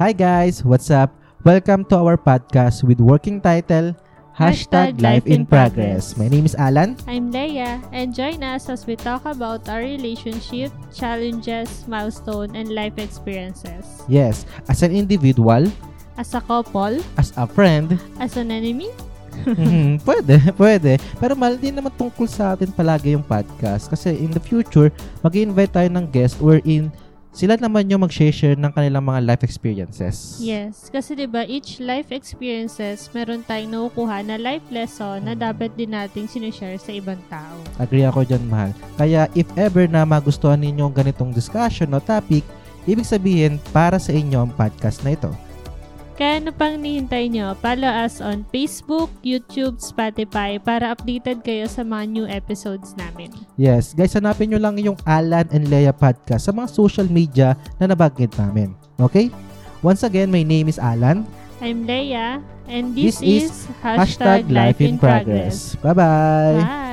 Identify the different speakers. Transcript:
Speaker 1: Hi guys, what's up? Welcome to our podcast with working title Hashtag Life
Speaker 2: Hashtag Life
Speaker 1: in
Speaker 2: in Progress.
Speaker 1: Progress. My name is Alan.
Speaker 2: I'm Leia, and join us as we talk about our relationship, challenges, milestone, and life experiences.
Speaker 1: Yes, as an individual,
Speaker 2: As a couple,
Speaker 1: as a friend,
Speaker 2: as an enemy,
Speaker 1: Mhm, pwede, pwede. Pero mahal din naman tungkol sa atin palagi yung podcast kasi in the future, mag invite tayo ng guest wherein sila naman yung mag-share ng kanilang mga life experiences.
Speaker 2: yes. Kasi 'di ba each life experiences, meron tayong nakukuha na life lesson na dapat din nating sinishare sa ibang tao.
Speaker 1: Agree ako dyan, mahal. Kaya if ever na magustuhan ninyo ang ganitong discussion o topic, ibig sabihin para sa inyo ang podcast na ito.
Speaker 2: Kaya ano pang nihintay nyo? Follow us on Facebook, YouTube, Spotify para updated kayo sa mga new episodes namin.
Speaker 1: Yes, guys, hanapin nyo lang yung Alan and Leia podcast sa mga social media na nabanggit namin. Okay? Once again, my name is Alan.
Speaker 2: I'm Leia, and
Speaker 1: This is
Speaker 2: this, is, hashtag, Life in Progress.
Speaker 1: Bye-bye!
Speaker 2: Bye!